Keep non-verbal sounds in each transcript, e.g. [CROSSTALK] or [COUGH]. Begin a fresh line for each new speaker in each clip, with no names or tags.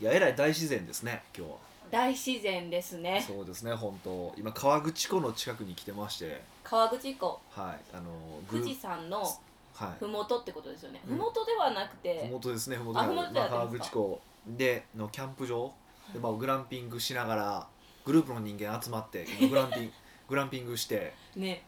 いやえらい大自然ですね今日は
大自然ですね
そうですね本当今河口湖の近くに来てまして
川口湖
はいあの
富士山の
はい
ふもとってことですよね、
うん
ふもとではなく
ふ
て
もとですねふもと
あふもと
ま
でや
あ、
って
河
ますか
口湖でのキャンプ場で、まあ、グランピングしながらグループの人間集まってグラン
[LAUGHS]
ピンググランピングして
ね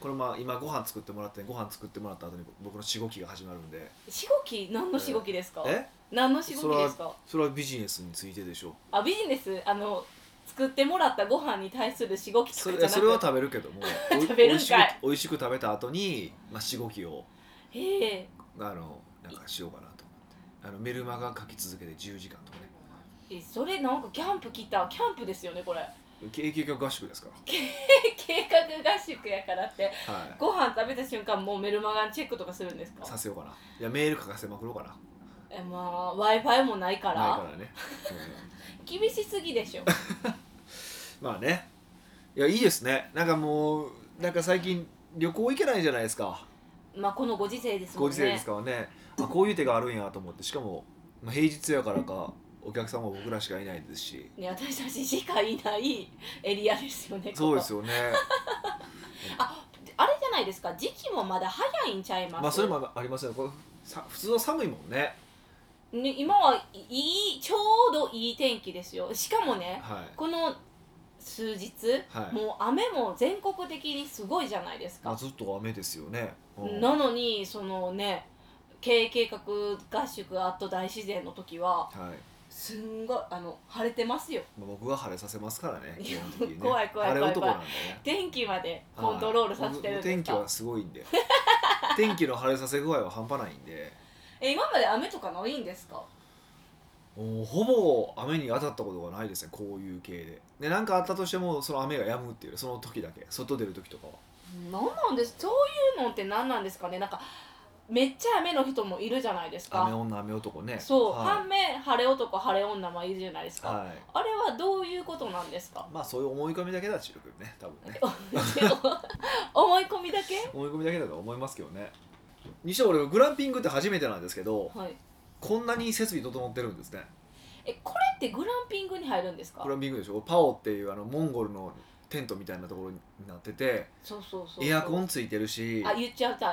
これまあ今ご飯作ってもらってご飯作ってもらった後に僕のしごきが始まるんで
しごき何のしごきですか、
え
何のしごきですか
それはビジネスについてでしょう
あビジネスあの作ってもらったご飯に対するしごきと
そ
か
れ
じゃなく
それは食べるけどもおい
[LAUGHS] 食べる
美
んかい
味しく美味しく食べた後にまあしごきを
へえ
あのなんかしようかなと思ってあのメルマガ書き続けて10時間とかね
えそれなんかキャンプ来たキャンプですよねこれ [LAUGHS]
け結局合宿ですか
計画合宿やからって
らはい
ご飯食べた瞬間もうメルマガンチェックとかするんですか
させようかないやメール書かせまくろうかな
えまあ w i f i もないから
ないからね、
厳しすぎでしょ
うんまあねいやいいですねなんかもうなんか最近旅行行けないじゃないですか
まあこのご時世ですも
ご
んね
時世ですからねあこういう手があるんやと思ってしかも、まあ、平日やからかお客さんも僕らしかいないですし
ね私たちしかいないエリアですよね
そうです
よ
よ
[LAUGHS]
ね
あれじゃないですか時期もまだ早いんちゃいます
まあそれもありますよねこれさ普通は寒いもんね
ね今はいいちょうどいい天気ですよしかもね
はい、
この数日、
はい
もう雨も全国的にすごいじゃないです
まあ、
か
ずっと雨ですよね、うん
なのにそのね経営計画合宿あと大自然の時は
はい
すんごいあの晴れてますよ
まあ、僕が晴れさせますからね
い
基
や
本的にね
怖い怖い
晴れ
怖い
男なんでね
天気までコントロールさせてるん
はいもう
です
天気
か
はすごいんで天気の晴れさせ具合は半端ないんで
え今まで雨とかないんですか
もうほぼ雨に当たったことがないですねこういう系でで何かあったとしてもその雨が止むっていうその時だけ外出る時とかは
なんなんですそういうのって何なんですかねなんかめっちゃ雨の人もいるじゃないです
雨
か
女雨男ね
そう、
は
反面晴れ男晴れ女もいるじゃないです
い、
か、
はい、
あれはどういうことなんですか [LAUGHS]
まあそういう思い込みだけだちゅうけどね多分ね
思い込みだけ
思い込みだけだと思いますけどねにしても俺グランピングって初めてなんですけど
はい
こんなに設備整ってるんですね
えこれってグランピングに入るんですか
グランピングでしょパオっていうあのモンゴルのテントみたいなところになってて
そうそうそうそう
エアコンついてるし
あ言っちゃったよ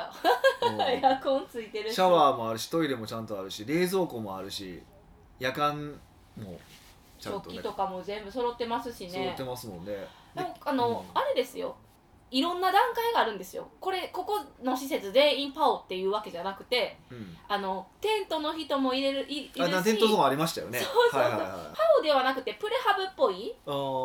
もう
エアコンついてるし
シャワーもあるしトイレもちゃんとあるし冷蔵庫もあるし夜間もちゃん
食
とね
器とかも全部揃ってますし
揃っ
ね
てますもんね
で
で
もあの、
うん
あれですよいろんな段階があるんですよこれここの施設全員パオっていうわけじゃなくて
うん
あのテントの人も入れるいい
あ
る
な
し
テントゾーンありましたよね
そうそうそう
はいはいは
パオではなくてプレハブっぽい
い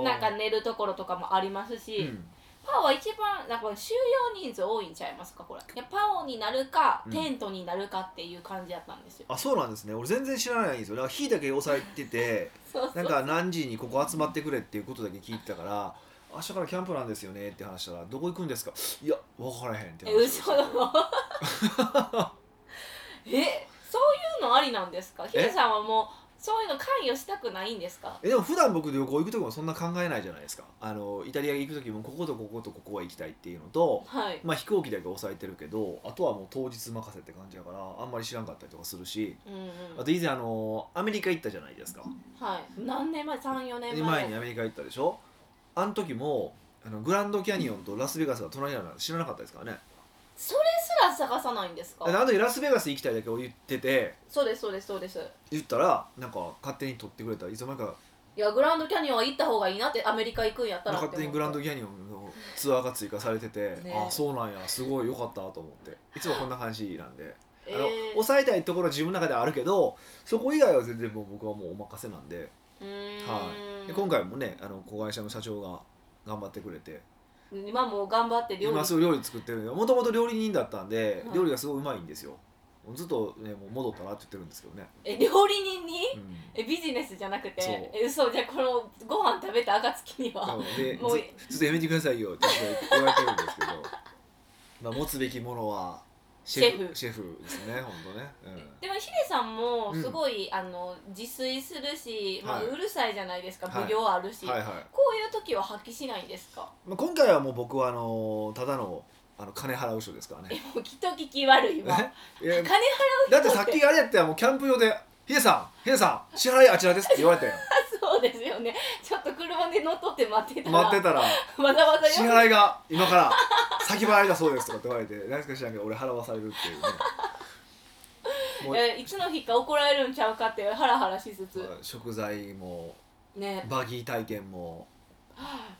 なんか
ね、
寝るところとかもあります
う
し、
ん、
パオは一番なんか収容人数多いんちゃいますかこれいやパオになるか
うん
テントになるかっていう感じだったんです
[LAUGHS]
よ、
あそうなんですね俺全然知らないんですよだから火だけ押さえて
[LAUGHS]
て
そうそ
なん
う
か何時にここ集まってくれっていうことだけ聞いてたから明日からキャンプなんですよねって話したらどこ行くんですかいや分からへんって
え
話
嘘だろ
[LAUGHS]
えそういうのありなんですかヒデさんはもうそういうの関与したくないんですか
えでも普段僕旅行行く時もそんな考えないじゃないですかあのイタリア行く時もこことこことここは行きたいっていうのと
はい
まあ飛行機だけ抑えてるけどあとはもう当日任せって感じだからあんまり知らんかったりとかするし
うんうん
あと以前あのアメリカ行ったじゃないですか
はい何年前34年前
前にアメリカ行ったでしょあの時もあのグランドキャニオンとラスベガスが隣なの知らなかったですからね
それすら探さないんです
であ
か
の時ラスベガス行きたいだけを言ってて
そうですそうですそうです
言ったらなんか勝手に取ってくれたいつの間にか
いやグランドキャニオンは行った方がいいなってアメリカ行くんやったらって
勝
思っ
手にグランドキャニオンのツアーが追加されてて、
ね
あそうなんやすごいよかったと思っていつもこんな感じなんで、
え
あの抑えたいところは自分の中ではあるけどそこ以外は全然もう僕はもうお任せなんで
ー、うーん、
はいで今回もねあの子会社の社長が頑張ってくれて
今もう頑張って料理
今すぐ料理作ってるんでもともと料理人だったんで、
はい
料理がすごいうまいんですよずっと、ね、もう戻ったらって言ってるんですけどね、
え料理人に
うん
えビジネスじゃなく
そう
てえ嘘じゃあこのご飯食べた暁には
うんで
もう
ずちょっとやめてくださいよって言われてるんですけどまあ持つべきものはシェフシェフですね本当ね、うん
でもヒデさんもすごい、あの自炊するし、まあ、
はいう
るさいじゃないですか、
はい
奉行あるし、
はいはい、
こういう時は発揮しないんですか [LAUGHS]
まあ、今回はもう僕はあのただのあの金払う人ですから
え
ね [LAUGHS]
もうきっと聞き悪いわ金
え
払う人
だってさっきあれやったらもうキャンプ用でヒデさんヒデさん支払いあちらです」って言われたよ
そうですよねちょっと車で乗っ取って待ってたら
待ってたら
わざわ
「
ざ
支
よ
払いが今から先払いだそうです」とかって言われて何すか知らんけど俺払わされるっていうねもう
えいつの日か怒られるんちゃうかってハラハラしつつ
食材も
ね
バギー体験も、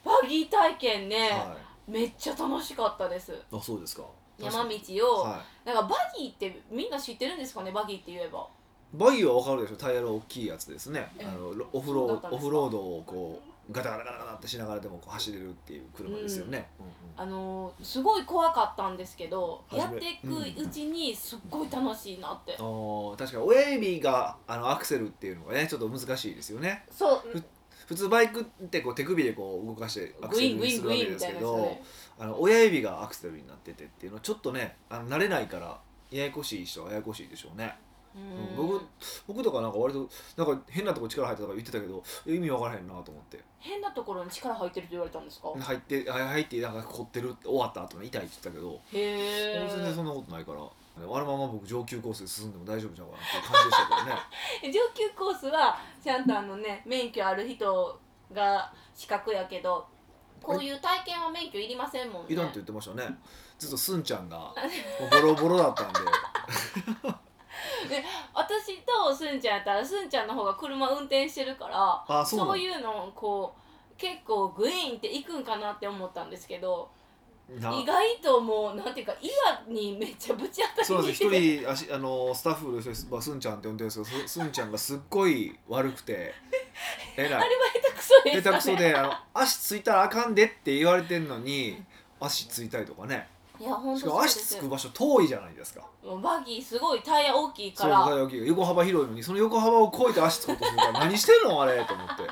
バギー体験ね、
は
めっちゃ楽しかったです
い、あそうですか
山道
確
を、
かにはい
なんかバギーってみんな知ってるんですかねバギーって言えば
バギーはわかるでしょタイヤの大きいやつですね
ええ
あのロオフ
そうだ
ロ
った
ー
ん
ド
ですか
オフロードをこうガタガタガタガタってしながらでもこう走れるっていう車ですよね、うんうん
あのーすごい怖かったんですけどや
初
っ
め
ていくうちにすっごい楽しいなって、
あー確かに親指があのアクセルっていうのがねちょっと難しいですよね
そう
ふ普通バイクってこう手首でこう動かしてアク
グ
セ
イ
ル
ング
に
イン
する
グ
わ
イ
け
ンみ
で
た
すけ
いなやつ
ど
ね
あの親指がアクセルになっててっていうのはちょっとねあの慣れないからややこしい人はややこしいでしょうね
うん
僕僕とかなんか割となんか変なとこ力入ったとか言ってたけどえ意味わからへんなと思って
変なところに力入ってるって言われたんですか、
入ってあ入ってなんか凝ってる終わった後に痛いって言ってたけど
へえ
全然そんなことないからあのまま僕上級コースで進んでも大丈夫じゃんかなっていう感じでした
[LAUGHS]
けどね
上級コースはちゃんとあのね免許ある人が資格やけどこういう体験は免許いりませんもんね
いらんって言ってましたねずっとすんちゃん
[LAUGHS]
がもうボロボロだったんで
私とすんちゃんやったらすんちゃんの方が車運転してるから
あそう
そ
な
うん
だ
いうのをこう結構グイーンっていくんかなって思ったんですけど
な
意外ともうなんていうかイヤにめっちゃぶち当た
そうなん
りに
ですよ一人あしあのスタッフの人です、まあ、すんちゃんって呼んでるんですけどすすんちゃんがすっごい悪く
[LAUGHS]
てえ
あ
ら
れ
い
は下手くそ
下手
でしたね
くそであの足ついたらあかんでって言われてんのに足ついたりとかね
いや本
し
当
か
そう
も
で
足
す
つく場所遠いじゃないですか
もうバギーすごいタイヤ大きい
そ
か
う
ら
大きい横幅広いのにその横幅を超えて足つこうとするから何してんのあれと思って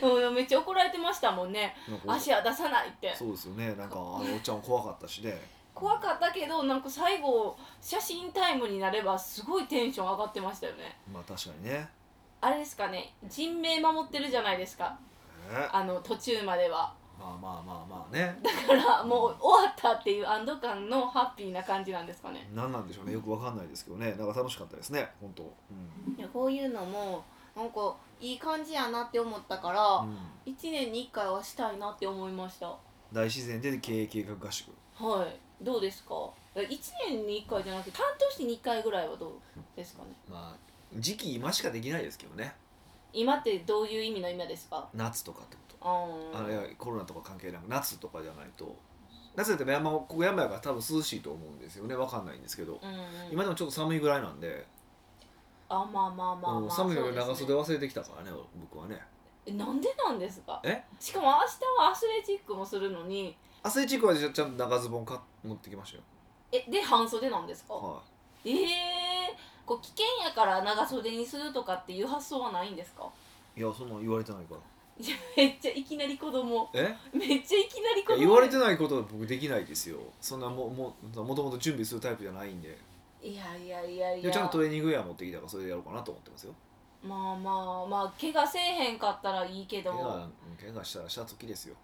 うんめっちゃ怒られてましたもんね
なんか
足は出さないって
そうですよねなんかあのおっちゃんも怖かったしね
怖かったけどなんか最後写真タイムになればすごいテンション上がってましたよね
まあ確かにね
あれですかね人命守ってるじゃないですか
ね
あの途中までは
まあまあまあまあね
だからもう終わったっていう安堵感のハッピーな感じなんですかね
何なんでしょうねよくわかんないですけどねなんか楽しかったですね本当うん、
いやこういうのもなんかいい感じやなって思ったから、
うん、
1年に1回はしたいなって思いましたは
大自然で経営計画合宿
いどうですか1年に1回じゃなくて半年に1回ぐらいはどうですかね
まあ時期今しかできないですけどね
今ってどういう意味の今ですか
夏とかってこと
あ
あのい
ー
やコロナとか関係なく夏とかじゃないと夏だって山ここ山やから多分涼しいと思うんですよねわかんないんですけど
うんうん、
今でもちょっと寒いぐらいなんで、
あまあまあまあ、
う
ま
ん
あ、
寒いのに長
そ
袖
うですね
忘れてきたからね僕はね
えなんでなんですか
え
しかも明日はアスレチックもするのに
アスレチックはちゃんと長ズボン買っ持ってきましたよ
えで半袖なんですか、
は
ええー、こう危険やから長袖にするとかっていう発想はないんですか
いいやそんなん言われてないから
いやめっちゃいきなり子供
え
めっちゃいきなり
い
子
や
供
言われてないことは僕できないですよそんなもももともと準備するタイプじゃないんで
いやいやいやい
で
や
ちゃんとトレーニングウェア持ってきたからそれでやろうかなと思ってますよ
まあまあまあ怪我せえへんかったらいいけ
怪
ど
我うん怪我したらした時ですよ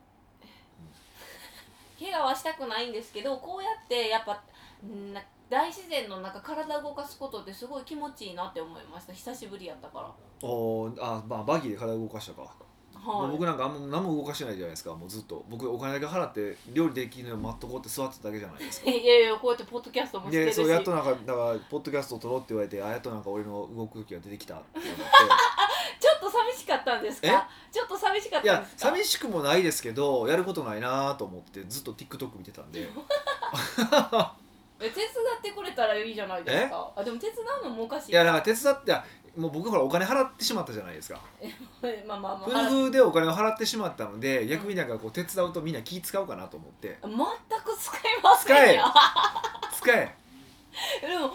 怪我はしたくないんですけどこうやってやっぱんな大自然の中体動かすことってすごい気持ちいいなって思いました久しぶりやったから
おーあまあバギーで体動かしたか、もう
はい
僕なんかあんま何も動かしてないじゃないですかもうずっと僕お金だけ払って料理できるのを待っとこうって座ってただけじゃないですか
いやいやこうやってポッドキャストもして
で
るし
そうやっとなんかだからポッドキャストを撮ろうって言われてあやっとなんか俺の動く時が出て
[LAUGHS]
きたって思って
ちょっと寂しかったんですかちょっと寂しかっ
い
たん
や
ですか
寂しくもないですけどやることないなと思ってずっと TikTok 見てた
[LAUGHS]
んで
え手伝ってくれたらいいじゃないですかあでも手伝うのもおかしい
いやなんか手伝っていやもう僕ほらお金払ってしまったじゃないですか
まあまあま
夫
あ
婦でお金を払ってしまったので逆になんかこう手伝うとみんな気使うかなと思っ
[LAUGHS]
て
全く使いませんよ
使え
でも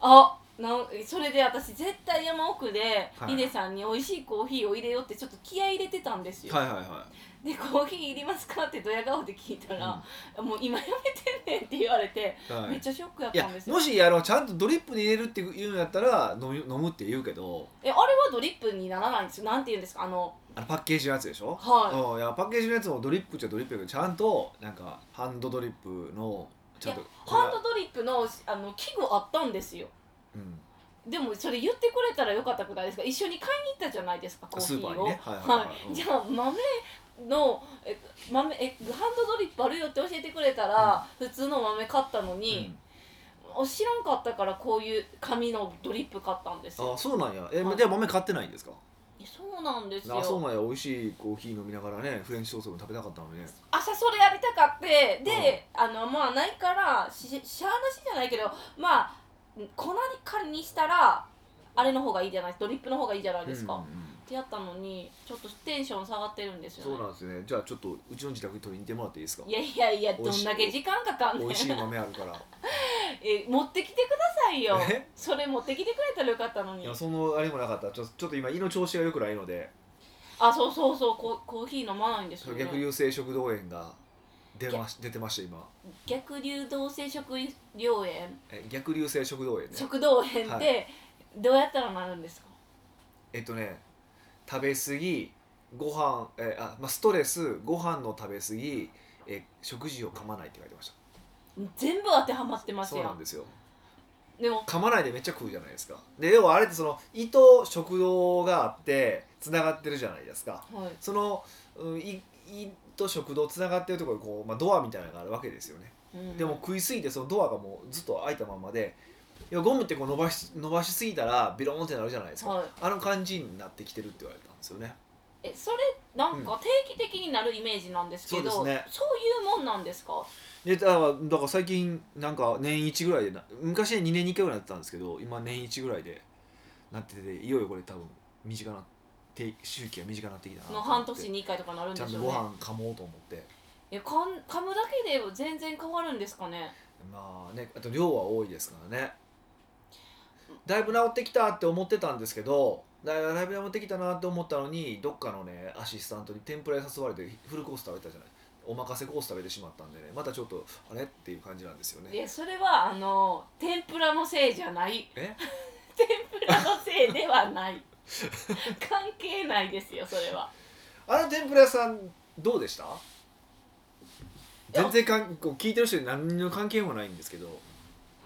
あなんそれで私絶対山奥で
はい
ヒデさんに美味しいコーヒーを入れようってちょっと気合い入れてたんですよ、
はいはいは
でコーヒーいりますかってドヤ顔で聞いた
い、
ら、もう今やめてんねんって言われて、
うんはい
めっちゃショックやっ
い
た
や
んですよ
もしあのちゃんとドリップに入れるっていうんやったら飲む飲むって言うけど
えあれはドリップにならないんですよなんて言うんですかあの
あのパッケージのやつでしょ、
は
うんいやパッケージのやつもドリップっちゃドリップやけどちゃんとなんかハンドドリップの
い
ちゃんと
ハンドドリップのあの器具あったんですよ
うん
でもそれ言ってくれたらよかったくないですか一緒に買いに行ったじゃないですかコーヒ
スー
ー
パーに
を
ねはいはいはいうん
じゃあ豆のえ豆えハンドドリップあるよって教えてくれたら、普通の豆買ったのに、知らんかったからこういう紙のドリップ買ったんです
うん、あ
よ
そうなんやえ、
はい
じゃあ豆買ってないんですか
いやそうなんですよ
あそうなんや美味しいコーヒー飲みながらねフレンチトーストも食べたかったのにね
朝それやりたかってで、あのまあないからししゃあなしじゃないけどまあ粉に仮にしたらあれの方がいいじゃないドリップの方がいいじゃないですか、
うん
っ
うんうん
てやったのにちょっとテンション下がってるんですよ、ね、
そうなんですねじゃあちょっとうちの自宅に取りに行ってもらっていいですか
いやいやいや
美
ど
味し
ん
い
だけ時間かかんね
美
ん
味しい豆あるから
[LAUGHS] え持ってきてくださいよ
え
それ持ってきてくれたらよかったの
い
に
やそのあれもなかったちょちょっと今胃の調子が良くないので
あそうそうそうココーヒー飲まないんですよ、ね、
逆流性食道炎が出まし出てました今
逆流動性食料炎
え逆流性食道炎ね
食道炎って、
は
どうやったらなるんですか
えっとね食べ過ぎご飯えあ、まあ、ストレスご飯の食べ過ぎえ食事を噛まないって書いてまし
全部当てはまってま
た
す
そうな
よ
んですよ
でも
噛まないでめっちゃ食うじゃないですかで要はあれってその胃と食道があってつながってるじゃないですか
はい
その、うん、胃胃と食道つながってるところにこう、まあ、ドアみたいなのがあるわけですよね
うん
でも食いすぎてそのドアがもうずっと開いたままでいやゴムってこう伸ばし伸ばしすぎたらビローンってなるじゃないですか、
はい
あの感じになってきてるって言われたんですよね
えそれなんか定期的になるイメージなんですけど、
そうですね
そういうもんなんですか
でだからだから最近なんか年一ぐらいでな昔は2年に1回ぐらいだったんですけど今年一ぐらいでなってていよいよこれ多分短な定周期が短くなってきたなと
の
思って
半年に1回とかなるん
ちゃ
で
ん
し
と
ょう
ご
ね
飯噛もうと思って
えかん噛むだけで全然変わるんですかね
まあねあと量は多いですからねだいぶ治ってきたって思ってたんですけどだいだいぶ治ってきたなって思ったのにどっかのねアシスタントに天ぷらに誘われてフルコース食べたじゃないお任せコース食べてしまったんでねまたちょっとあれっていう感じなんですよ
い
ね
やそれはあの天ぷらのせいじゃない
え
[LAUGHS] 天ぷらのせいではない関係ないですよそれは
あの天ぷら屋さんどうでした全然かんこう聞いてる人に何の関係もないんですけど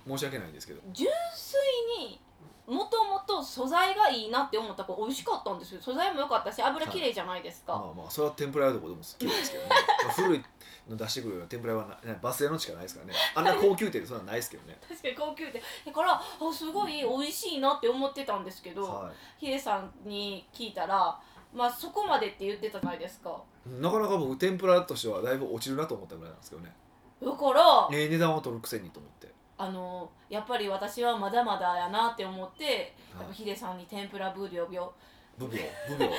申し訳ないんですけど
純粋にもともと素材がいいなって思ったから美味しかったんですよ素材も良かったし油きれいじゃないですか、
まあまあそれは天ぷら屋どこでも好きですけどねまあ古いの出してくるような天ぷら屋はなバス屋のしかないですからねあんな高級店でそんなんないですけどね
確かに高級店だからあすごい美味しいなって思ってたんですけど、
は
ヒデさんに聞いたらまあそこまでって言ってたじゃないですか
いなかなか僕天ぷらとしてはだいぶ落ちるなと思ったぐらいなんですけどね
だから
ええ値段を取るくせにと思って
あのやっぱり私はまだまだやなって思って、
はい
やっぱヒデさんに天ぷら奉行業
奉行奉行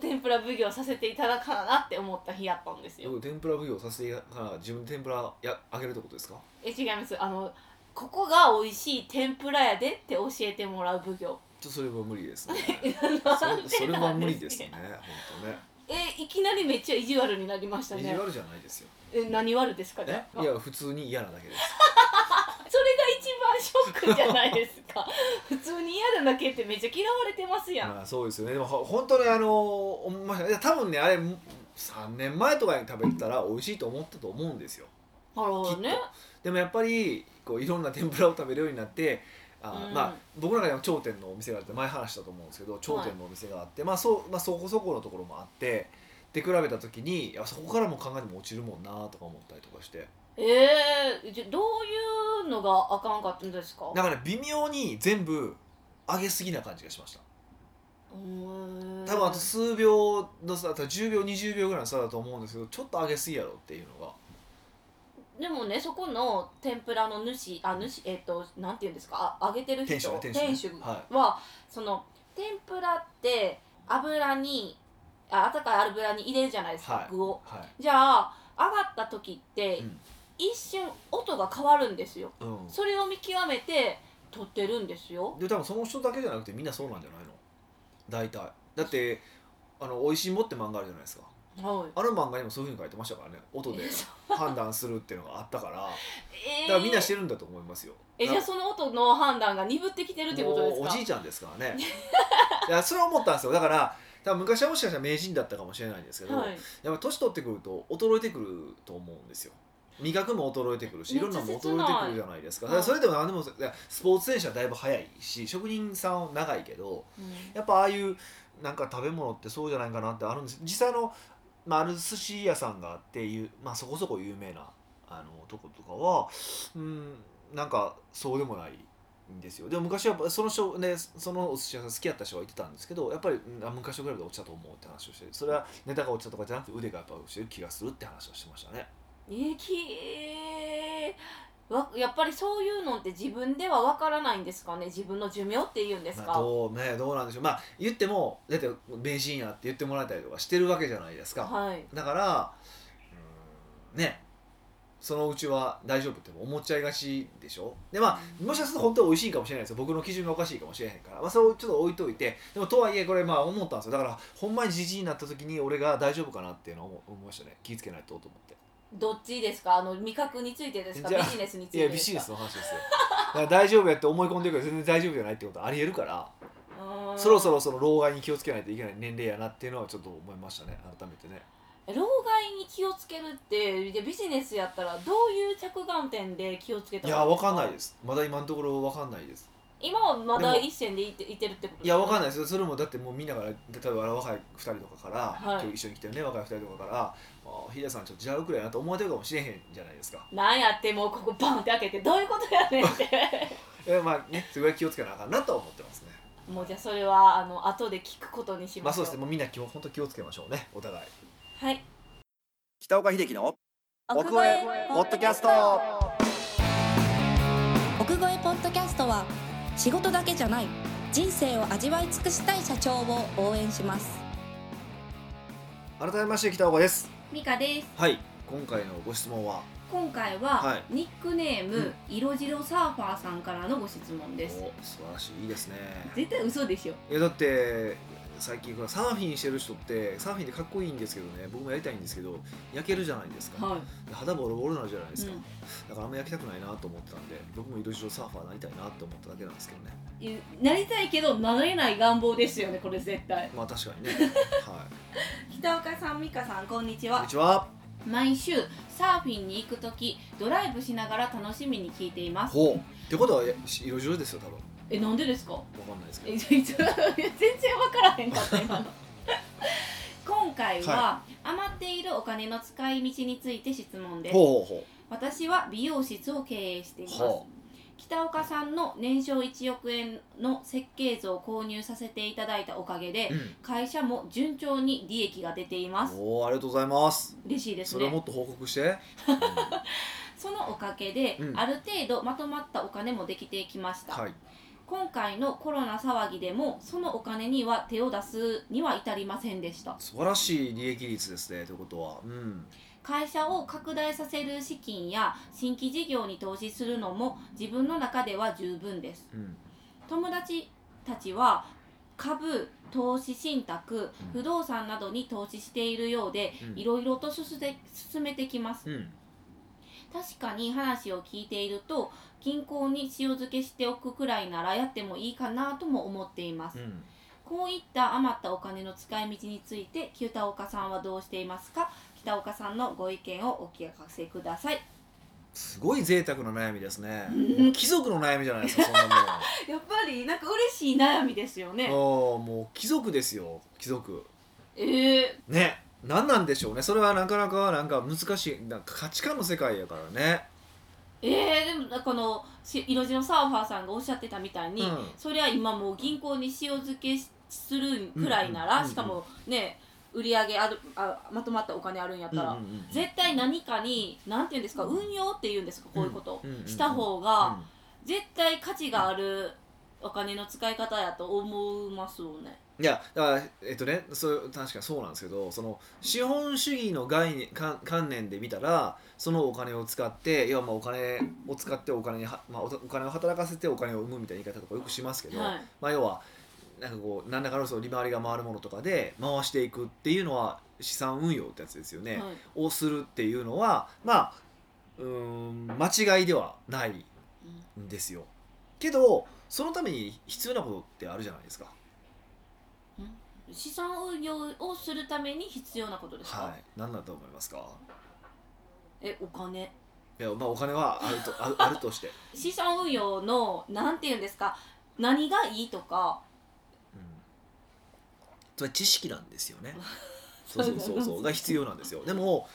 天ぷら奉行させていただかなって思った日やったんですよ、
僕天ぷら奉行させてから自分で天ぷらやあげるってことですか
え違いますあのここが美味しい天ぷらやでって教えてもらう奉行
ちょっ [LAUGHS] とそれは無理ですね
なんで
そそれは無理ですね
なん
本当ね
[LAUGHS] えいきなりめっちゃ意地悪になりました
意地
ね
悪じゃないですよ
え何悪ですか
え
ね
いや普通に嫌なだけです
それが一番ショックじゃないです
[LAUGHS]
か普通に嫌だだけってめっちゃ嫌われてますやん、
まあ、そうですよねでもほ本当にあのおまいや多分ねあれ3年前とかに食べてたら美味しいと思ったと思うんですよ
なるほどね
でもやっぱりこういろんな天ぷらを食べるようになってあー、
うん
まあ、僕の中でも頂点のお店があって前話したと思うんですけど頂点のお店があって、まあそうまあ、そこそこのところもあってで比べた時にいやそこからも考えても落ちるもんなとか思ったりとかして
えー、じゃどういうのがあかんかったんですか
だから微妙に全部上げすぎな感じがしました
うーん
多分あと数秒の差多分10秒20秒ぐらいの差だと思うんですけどちょっと上げすぎやろっていう
[LAUGHS]
のが
でもねそこの天ぷらの主あ主えっ、となんて言うんですかあ揚げてる人
店主ね店主ね
店主は、
は
その天ぷらって油にあ温かい油に入れるじゃないですか、
はい
具を
はい
じゃあ上がった時って、
うん
一瞬音が変わるんですよ
うん
それを見極めて撮ってるんですよ
で多分その人だけじゃなくてみんなそうなんじゃないの大体だって「あのおいしんぼ」って漫画あるじゃないですか
はい
あの漫画にもそういうふうに書いてましたからね音
[LAUGHS]
で判断するっていうのがあったからだか
えー
らみんなしてるんだと思いますよ
えじゃ
だ
あ
か
その音の判断が鈍ってきてるって
ら
ことです
もう
か
おじいちゃんですからねいやそれは思ったんですよだから多分昔はもしかしたら名人だったかもしれないんですけど、
はい
やっぱ年取ってくると衰えてくると思うんですよ味覚も衰えてくるしい
めっ
ろん
ち
な
ゃ
もん
切
衰え
ない
てくるじゃないですかだ
う
から
ん
それでも何でもいやスポーツ選手はだいぶ早いし職人さんは長いけど
うん
やっぱああいうなんか食べ物ってそうじゃないかなってあるんです実際の、まあ、ある寿司屋さんがあっていう、まあ、そこそこ有名なあのとことかはうんなんかそうでもないんですよでも昔はやっぱその人ねそのお寿司屋さん好きやった人はいてたんですけどやっぱりうんあ昔と比べて落ちたと思うって話をしてそれはネタが落ちたとかじゃなくて腕がやっぱ落ちてる気がするって話をしてましたね
えーきわやっぱりそういうのって自分ではわからないんですかね自分の寿命っていうんです
まあ、
か、
どうねどうなんでしょうまあ言ってもだって名人やって言ってもらえたりとかしてるわけじゃないですか、
はい
だからうーんねそのうちは大丈夫って思っちゃいがちでしょでまあもしかすると本当は美味しいかもしれないですよ僕の基準がおかしいかもしれへんから、まあ、それをちょっと置いといてでもとはいえこれまあ思ったんですよだからほんまにじじいになった時に俺が大丈夫かなっていうのを思思いましたね気ぃつけないとと思って
どっちですかあの味覚についてですか
じ
ビ
ゃあ
ジネスについ
いや
てで
ビジ
す
ネ
か
スの話ですよだから大丈夫やって思い込んでるけど全然大丈夫じゃないってことありえるから
うーん
そろそろその老害に気をつけないといけない年齢やなっていうのはちょっと思いましたね改めてね
老害に気をつけるってでビジネスやったらどういう着眼点で気をつけた
い
ら
やわかんない
です
ですまだ今のところわかんないです
今はまだ
でも
一線でいていてるってこと
いやわかん
い
ないですよそれもだってもうみんなが例えば若い2人とかから、
はい
今日一緒に来てるね若い2人とかから「ああヒデさんちょっとじゃうくらいやな」と思われてるかもしれへんじゃないですか
なんやってもうここバンって開けてどういうことやねんって
[LAUGHS] えまあねそれぐらい気をつけなあかんなとは思ってますね
もうじゃあそれはあの後で聞くことにし
ま
ま
あ
しょ
そう
う,、
ですねもうみんな気を本当気をつけましょうねお互い
はい
北岡秀樹の奥越えポッドキャスト
奥越えポッドキャストは仕事だけじゃない人生を味わい尽くしたい社長を応援します
改めまして北岡です
ミカです
はい今回のご質問は
今回
は
はニックネーム、
うん
色白サーファーさんからのご質問
お
です
素晴らしいいいですね
絶対嘘でしょ
いやだって最近ほらサーフィンしてる人ってサーフィンってかっこいいんですけどね僕もやりたいんですけど焼けるじゃないですか、
はい
肌ボロボロになるじゃないですか、
うん
だからあんま焼きたくないなと思ってたんで僕も色白サーファーになりたいなと思っただけなんですけどね
いなりたいけどなれない願望ですよねこれ絶対
まあ確か
[LAUGHS]
にねはい
北岡さん美香さんこんにち
こん
は
にちは
毎週サーフィンに行く時ドライブしながら楽しみに聞いています
ほうってことはえ色白ですよ多分
[LAUGHS] えなんでですか
わかんないですけ
え
ど
ちょいちょい全然分からへんかった今 [LAUGHS] の今回は、余っているお金の使い道について質問です
ほうほうほ
私は美容室を経営していうます
ほ
北岡さんの年商1億円の設計図を購入させていただいたおかげで
う、うん、
会社も順調に利益が出ています
おーありがとうございます
嬉しいです
それをも
ね
っと報告して、うん
そのおかげで、
うん
ある程度まとまったお金もできてきました、
はい
今回のコロナ騒ぎでもそのお金には手を出すには至りませんでした
素晴らしい利益率ですねということはうん
会社を拡大させる資金や新規事業に投資するのも自分の中では十分です
うん
友達たちは株投資信託
うん
不動産などに投資しているようで
うん
いろいろと進め進めてきます
うん
確かに話を聞いていると銀行に塩漬けしておくくらいならやってもいいかなとも思っています
うん
こういった余ったお金の使い道について北岡さんはどうしていますか北岡さんのご意見をお聞かせください
すごい贅沢な悩みです
[LAUGHS]
ね
うん
もう貴族の悩みじゃないですかそんなもん
[LAUGHS] やっぱりなんか嬉しい悩みですよ
あ
ね。
ーもう貴族ですよ貴族
ええ
ね何なんでしょうねそれはなかなかなんか難しいなんか価値観の世界やからね
ええでもこのし色白サーファーさんがおっしゃってたみたいに、
うん
そりゃ今もう銀行に塩漬けしするくらいなら、
うんうん
しかもね売り上げあるあまとまったお金あるんやったら、
うんうんうん
絶対何かになんて言うんですか運用って言うんですかこういうこと、
うんうんうんうん
した方
う
が、
ん
絶対価値があるお金の使い方やと思いますよね。
いやだからえっとねそう確かそうなんですけどその資本主義の概念観観念で見たらそのお金を使って要はまあお金を使ってお金には、まあ、おお金を働かせてお金を生むみたいな言い方とかよくしますけど、
はい
まあ、要はなんかこう何らかのその利回りが回るものとかで回していくっていうのは資産運用ってやつですよね。
はい
をするっていうのはまあうーん間違いではないんですよ。けどそのために必要なことってあるじゃないですか。
資産運用をするために必要なことですか、
はい、何だと思いますか
えお金
いやまあお金はあるとあるあるとして、
資産運用のなんていうんですか何がいいとか
うん、つまり知識なんですよ [LAUGHS] ねそうそうそうそうが必要なんですよでも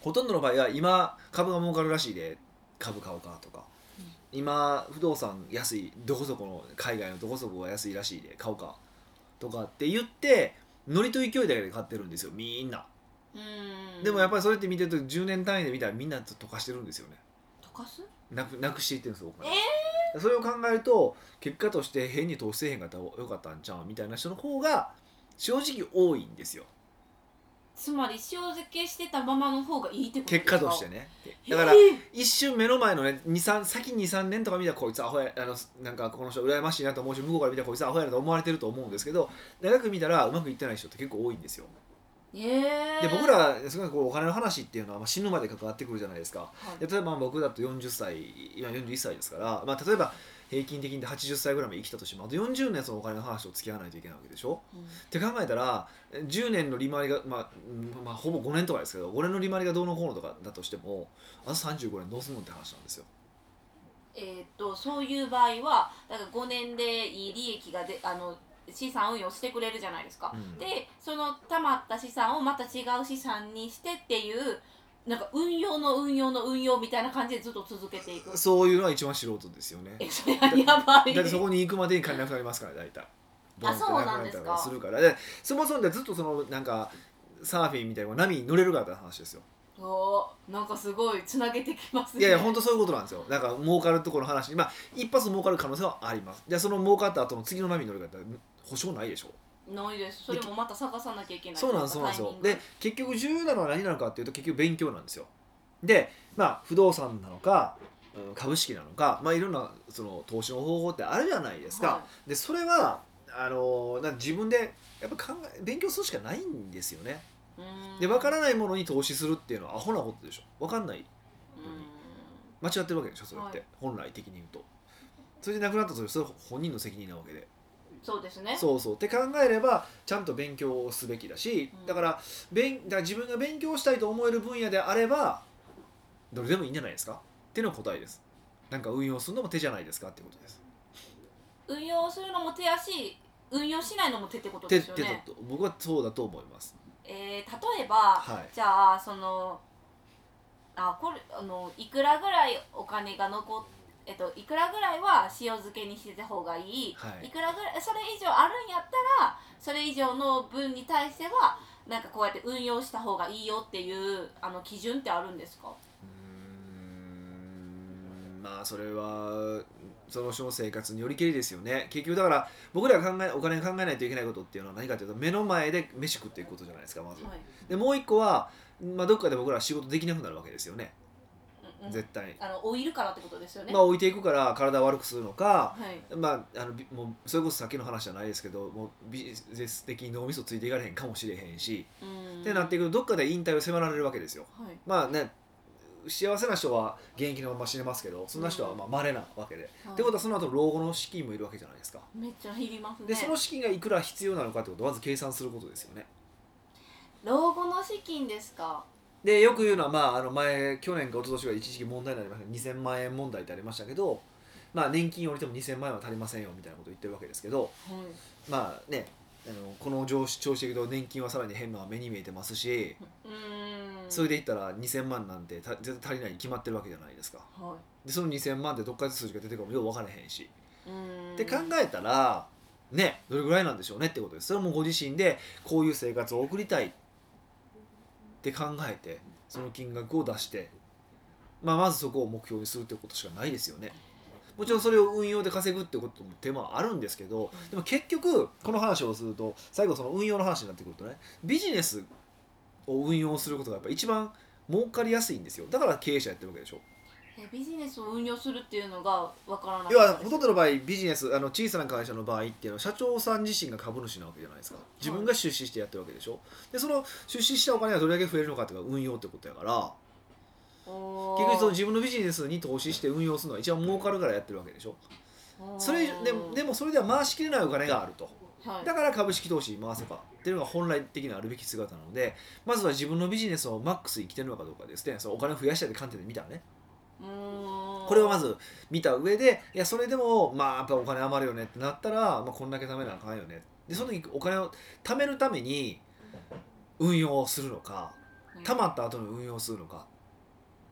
ほとんどの場合は今株が儲かるらしいで株買おうかとか、今不動産安いどこそこの海外のどこそこが安いらしいで買おうかとかって言ってノリと勢いだけで買ってるんですよみんな
うん
でもやっ
ぱ
ぱりそれって見てると10年単位で見たらみんな溶かしてるんですよね
溶かす
なくなくしていってるんですよお金、それを考えると結果として変に投資せえへんかったらよかったんちゃうみたいな人の方が正直多いんですよ
つまり塩漬けしてたままの方がいいってことです
結
か
果としてね
だ
だ
か
からら一瞬目の前のね23先23年とか見たらこいつアホやあのなんかこの人羨ましいなと思うし向こうから見たらこいつアホやなと思われてると思うんですけど長く見たらうまくいってない人って結構多いんですよ
ええ
で僕らすごいこうお金の話っていうのはまあ死ぬまで関わってくるじゃないですか
はい
で例えば僕だと40歳今41歳ですから、まあ、例えば平均的に80歳ぐらいまで生きたとしてもあと40年そのお金の話と付き合わないといけないわけでしょ
うん
って考えたらえ10年の利回りが、まあうんまあ、ほぼ5年とかですけど5年の利回りがどうのこうのとかだとしてもあと35年どうするのって話なんですよ
えーっとそういう場合はだから5年でいい利益がであの資産運用してくれるじゃないですか、
うん
でそのたまった資産をまた違う資産にしてっていうなんか運用の運用の運用みたいな感じでずっと続けていく
そういうのは一番素人ですよ
[LAUGHS]
ね
えそれはやばい
だってそこに行くまでに金なくなりますから大体ボンって
そうなんですか
なくなったりするからでそもそもでずっとそのなんかサーフィンみたいな波に乗れるかって話ですよ
おーなんかすごいつなげてきますね
いやいや本当そういうことなんですよだから儲かるところの話にまあ一発儲かる可能性はありますでその儲かった後の次の波に乗る方保証ないでしょ
ないですそれもまた探さなきゃいけない
そうなんですそうなんです
タイ
よ
ミング
で結局重要なのは何なのかっていうと結局勉強なんですよでまあ不動産なのかうん株式なのかまあいろんなその投資の方法ってあるじゃないですか、
は
でそれはあのなんか自分でやっぱ考え勉強するしかないんですよね
いうん
で分からないものに投資するっていうのはアホなことでしょ分かんない
うん
間違ってるわけでしょそれって、
はい
本来的に言うとそれで亡くなったとしてそれは本人の責任なわけで
そうですね
そうそうって考えればちゃんと勉強をすべきだし
うん
だから勉だから自分が勉強したいと思える分野であればどれでもいいんじゃないですかっていうのが答えですなんか運用するのも手じゃないですかってことです
運用するのも手やし運用しないのも手ってこと
手
で
っ
すよ
てだ
ね
と僕はそうだと思います
えー例えば、
はい
じゃあそのあこれあのいくらぐらいお金が残っえっと、いくらぐらいは塩漬けにしてた方がいい、
はい
いくらぐらいそれ以上あるんやったらそれ以上の分に対してはなんかこうやって運用した方がいいよっていうあの基準ってあるんですか
うーんまあそれはその人の生活によりけりですよね結局だから僕らが考えお金を考えないといけないことっていうのは何かというと目の前で飯食っていくことじゃないですかまず、でもう一個は、まあ、どっかで僕らは仕事できなくなるわけですよね、
うんうん
絶対
あのオイルからってことですよね、
まあ置いていくから体を悪くするのか、
はい、
まあ、あのびもうそれこそさっきの話じゃないですけどもうビジネス的に脳みそついていかれへんかもしれへんし、
うん
ってなっていくとどっかで引退を迫られるわけですよ
はい
まあね幸せな人は現役のまま死ねますけどそんな人は
うん
まあ稀なわけで、
はい
ってことはその後老後の資金もいるわけじゃないですか
めっちゃ減りますね
でその資金がいくら必要なのかってことをまず計算することですよね
老後の資金ですか
でよく言うのは、まあ、あの前去年か一昨年が一時期問題になりました2000万円問題ってありましたけど、まあ、年金よりても2000万円は足りませんよみたいなことを言ってるわけですけど
はい
まあねあのこの上司調子でいくと年金はさらに変のは目に見えてますし
うーん
それでいったら2000万なんてた絶対足りないに決まってるわけじゃないですか
は
でその2000万ってどっから数字が出てくるかもよう分からへんし
い、うーん
って考えたらねどれぐらいなんでしょうねってことですそれはもうご自身でこういう生活を送りたいって考えてその金額を出して、まあ、まずそこを目標にするってことしかないですよねもちろんそれを運用で稼ぐってことも手間はあるんですけどでも結局この話をすると最後その運用の話になってくるとねビジネスを運用することがやっぱ一番儲かりやすいんですよだから経営者やってるわけでしょ
えビジネスを運用するっていうのがわからない
要はほとんどの場合ビジネスあの小さな会社の場合っていうのは社長さん自身が株主なわけじゃないですか自分が出資してやってるわけでしょでその出資したお金がどれだけ増えるのかっていうのが運用ってことやから
おー
結局その自分のビジネスに投資して運用するのは一番儲かるからやってるわけでしょ
おー
それででもそれでは回しきれないお金があると
はい
だから株式投資に回せばっていうのが本来的なあるべき姿なのでまずは自分のビジネスをマックス生きてるのかどうかですねそのお金を増やしたいって観点で見たらね
うーん
これをまず見た上でいやそれでもまあやっぱお金余るよねってなったら、まあ、こんだけ貯めなあかんよねでその時お金を貯めるために運用するのか
うん
貯まった後に運用するのか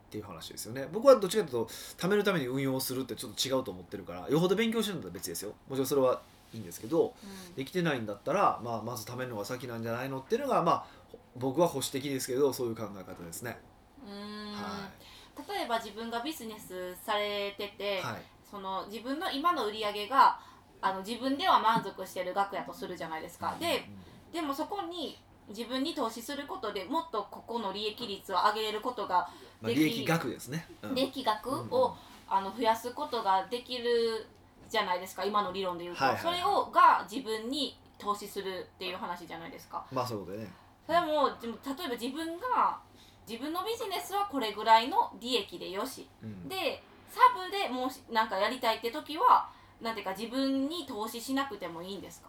っていう話ですよね僕はどっちかというと貯めるために運用するってちょっと違うと思ってるからよほど勉強してるんだったら別ですよもちろんそれはいいんですけど
うん
できてないんだったら、まあ、まず貯めるのが先なんじゃないのっていうのが、まあ、ほ僕は保守的ですけどそういう考え方ですね。
うーん
は
例えば自分がビジネスされて
い、
て、
はい
その自分の今の売り上げがあの自分では満足してる額やとするじゃないですか。ででもそこに自分に投資することでもっとここの利益率を上げれることが
まあ、利益額ですね。うん
利益額を、あの増やすことができるじゃないですか今の理論で言うと、
はいはい
それをが自分に投資するっていう話じゃないですか。
まあそういうことでね。
それもでも例えば自分が自分のビジネスはこれぐらいの利益でよし
うん
でサブでもうしなんかやりたいって時はなんていうか自分に投資しなくてもいいんですか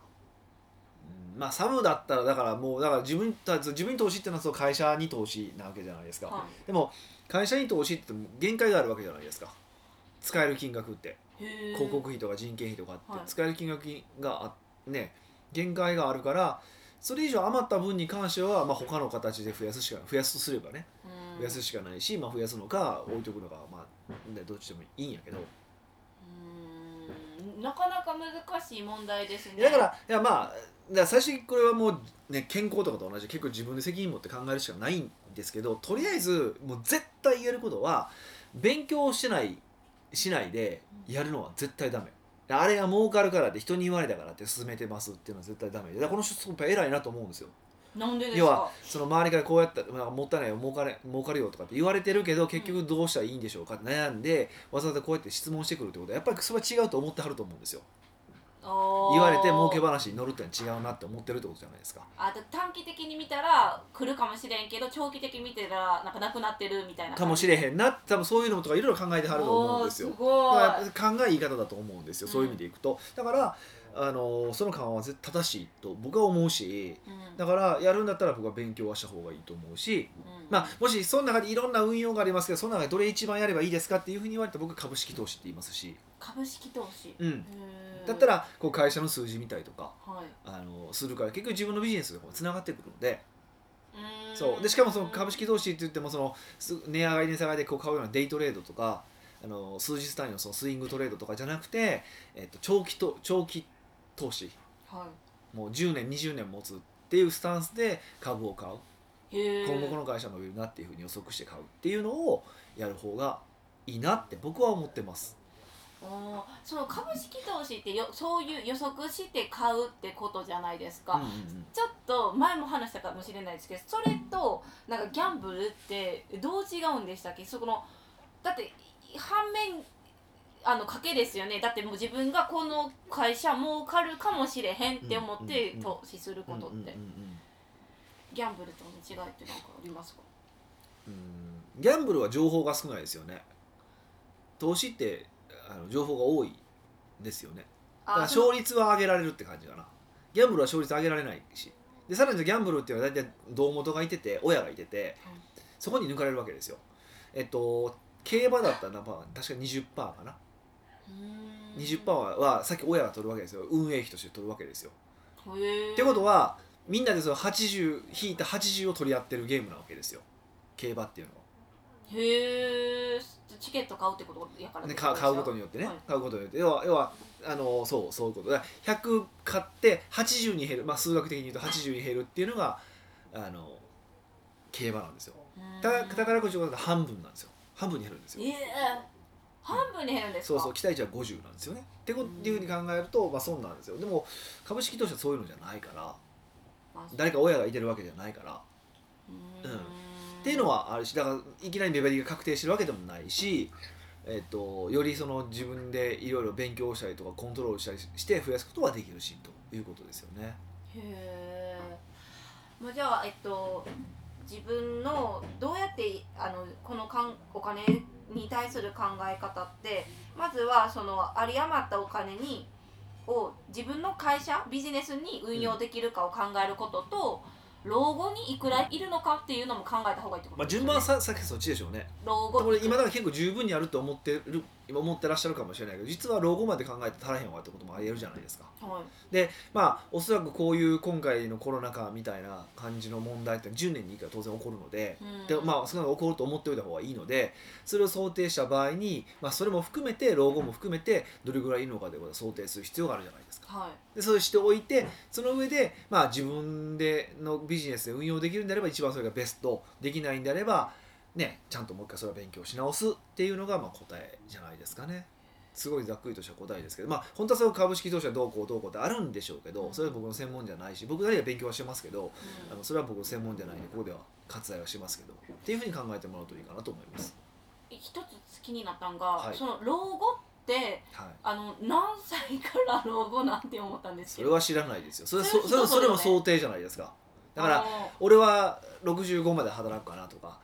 うんまあサブだったらだからもうだから自分た自分に投資っていうのはそう会社に投資なわけじゃないですか。
は
でも会社に投資って限界があるわけじゃないですか。使える金額って
いへー
広告費とか人件費とかって
はい
使える金額があね限界があるからそれ以上余った分に関してはまあ他の形で増やすしか増やすとすればね
うん
増やすしかないし、まあ、増やすのか置いとくのか、まあ、ねどっちでもいいんやけど
うんなかなか難しい問題ですね
だからいやまあだから最初にこれはもう、ね、健康とかと同じで結構自分で責任持って考えるしかないんですけどとりあえずもう絶対言えることは勉強してないしないでやるのは絶対ダメ。あれが儲かるからって人に言われたからって進めてますっていうのは絶対ダメでだからこの人すごく偉いなと思うんですよ。
なんでですか
要はその周りからこうやったらなんかもったいないよ儲かれ儲かるよとかって言われてるけど結局どうしたらいいんでしょうかって悩んでわざわざこうやって質問してくるってことはやっぱりそれは違うと思ってはると思うんですよ
言
言われて儲け話に乗るってのは違うなって思ってるってことじゃないですか
あと短期的に見たら来るかもしれんけど長期的に見てたらなんかなくなってるみたいな
かもしれへんなって多分そういうのとかいろいろ考えてはると思うんですよ
おー
だか
ごい
らやっぱり考え言い方だと思うんですよ、そういう意味でいくとだからあのその感は絶対正しいと僕は思うし
うん
だからやるんだったら僕は勉強はした方がいいと思うし
うん
まあ、もしその中でいろんな運用がありますけどその中でどれ一番やればいいですかっていうふうに言われたら僕は株式投資って言いますし、
株式投資
うん、
へー
だったらこう会社の数字見たりとか
はい
あのするから結局自分のビジネスがつながってくるので
うーん
そうでしかもその株式投資って言ってもそのす値上がり値下がりでこう買うようなデイトレードとかあの数日単位のそのスイングトレードとかじゃなくて、えっと、長期と長期投資
は
もう10年20年持つっていうスタンスで株を買う
いへー
今後この会社伸びるなっていうふうに予測して買うっていうのをやる方がいいなって僕は思ってます
おーその株式投資ってよそういう予測して買うってことじゃないですか、
うんうん
ちょっと前も話したかもしれないですけどそれとなんかギャンブルってどう違うんでしたっけそこのだって反面あの賭けですよねだってもう自分がこの会社儲かるかもしれへんって思って
うんうんうん
投資する
う
こ
ん
とって、
うんうんうん
ギャンブルとの違いってなんかありますか
うんギャンブルは情報が少ないですよね投資ってあの情報が多いですよねだから
あその
勝率は上げられるって感じかなギャンブルは勝率上げられないしでさらにギャンブルっていうのは大体胴元がいてて親がいてて
うん
そこに抜かれるわけですよえっと競馬だったら、まあ、確か20%かな
うーん
20%ははさっき親が取るわけですよ運営費として取るわけですよ
へー
ってことはみんなでその80引いた80を取り合ってるゲームなわけですよ競馬っていうのは
へえチケット買うってことやから
でか買うこと
に
によってね、
はい
買うことによって要は要はあのそうそういうことだから100買って80に減る、まあ、数学的に言うと80に減るっていうのがあの競馬なんですよた宝くじを買うと半分なんですよ半分に減るんですよ
ええ半分に減るんです
そ
か
うそう期待値は50なんですよねってこっていうふうに考えると、まあ、そうなんですよでも株式投資はそういうのじゃないから
まあそう
誰か親がいてるわけじゃないから
う
うん
ん
っていうのはあるしだからいきなり目減りが確定してるわけでもないし、えっとよりその自分でいろいろ勉強したりとかコントロールしたりして増やすことはできるしということですよね。
へえまあじゃあえっと自分のどうやってあのこのかんお金に対する考え方ってまずはその有り余ったお金にを自分の会社ビジネスに運用できるかを考えることと、老後にいくらいるのかっていうのも考えた方がいいってこ
まあ、
とですよ
順
ね
番はささっきそっちでしょうね
老後
これ今だから結構十分にあると思ってる今思ってらっしゃるかもしれないけど実は老後まで考えて足らへんわってこともありえるじゃないですか
はい
まあおそらくこういう今回のコロナ禍みたいな感じの問題って10年に1回当然起こるので、
うん
でまあ、少なくとも起こると思っておいた方がいいのでそれを想定した場合に、まあ、それも含めて老後も含めてどれぐらいいるのかということを想定する必要があるじゃないですか。
はい
でそうしておいてその上で、まあ、自分でのビジネスで運用できるんであれば一番それがベストできないんであれば、ね、ちゃんともう一回それを勉強し直すっていうのがまあ答えじゃないですかね。すごいざっくりとした答えですけど、まあ、本当はその株式投資はどうこうどうこうってあるんでしょうけどそれは僕の専門じゃないし僕なりには勉強はしてますけどあのそれは僕の専門じゃないんでここでは割愛はしますけどっていうふうに考えてもらうといいかなと思います。
一つ気になったんが、
はい
その老後って
はい
あの何歳から老後なんて思ったんです
そ
け
れ
ど
は知らないですよそれ
それ
そそれそれも
人それぞれ
想定じゃないですかだから
あの
俺は65まで働くかなとか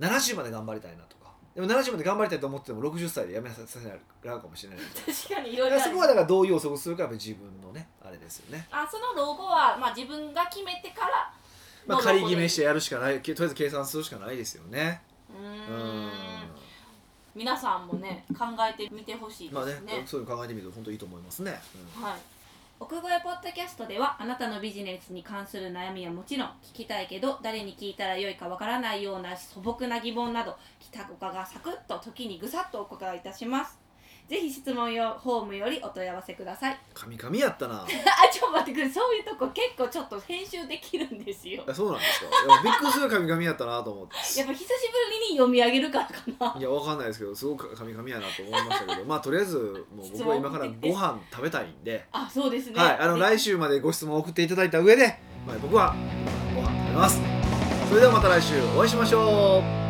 70まで頑張りたいなとかでも70まで頑張りたいと思ってても60歳で辞めさせられるかもしれない [LAUGHS]
確かにいろい
だ
ろ
か
あ
ら
る
そこはだからどう要素をするかはやっぱり自分のねあれですよね
あその老後は、まあ、自分が決めてから
まあ
の老後
仮
で
決めしてやるしかないけとりあえず計算するしかないですよね
う
う
ーん
ん
皆さんもね考えてみてほしいで
まあね
すね,、
そういうの考えてみると本当いいと思いますね、
はい、
奥越ポッドキャストではあなたのビジネスに関する悩みはもちろん聞きたいけど誰に聞いたらよいかわからないような素朴な疑問など北岡がサクッと時にぐさっとお伺いいたしますぜひ質問用ホームよりお問い合わせください
カミカミやった
[LAUGHS]
な
あちょっと待ってくれそういうとこ結構ちょっと編集できるんですよ
あそうなんですかいやびっくりするカミカミやったなと思って
やっぱ久しぶりに読み上げるからかない
やわかんないですけどすごくカミカミやなと思いましたけどまあとりあえずもう僕は今からご飯食べたいんで
あそうですね、
はい、あの来週までご質問を送っていただいた上で、まあ、僕はご飯食べます。それではまた来週お会いしましょう。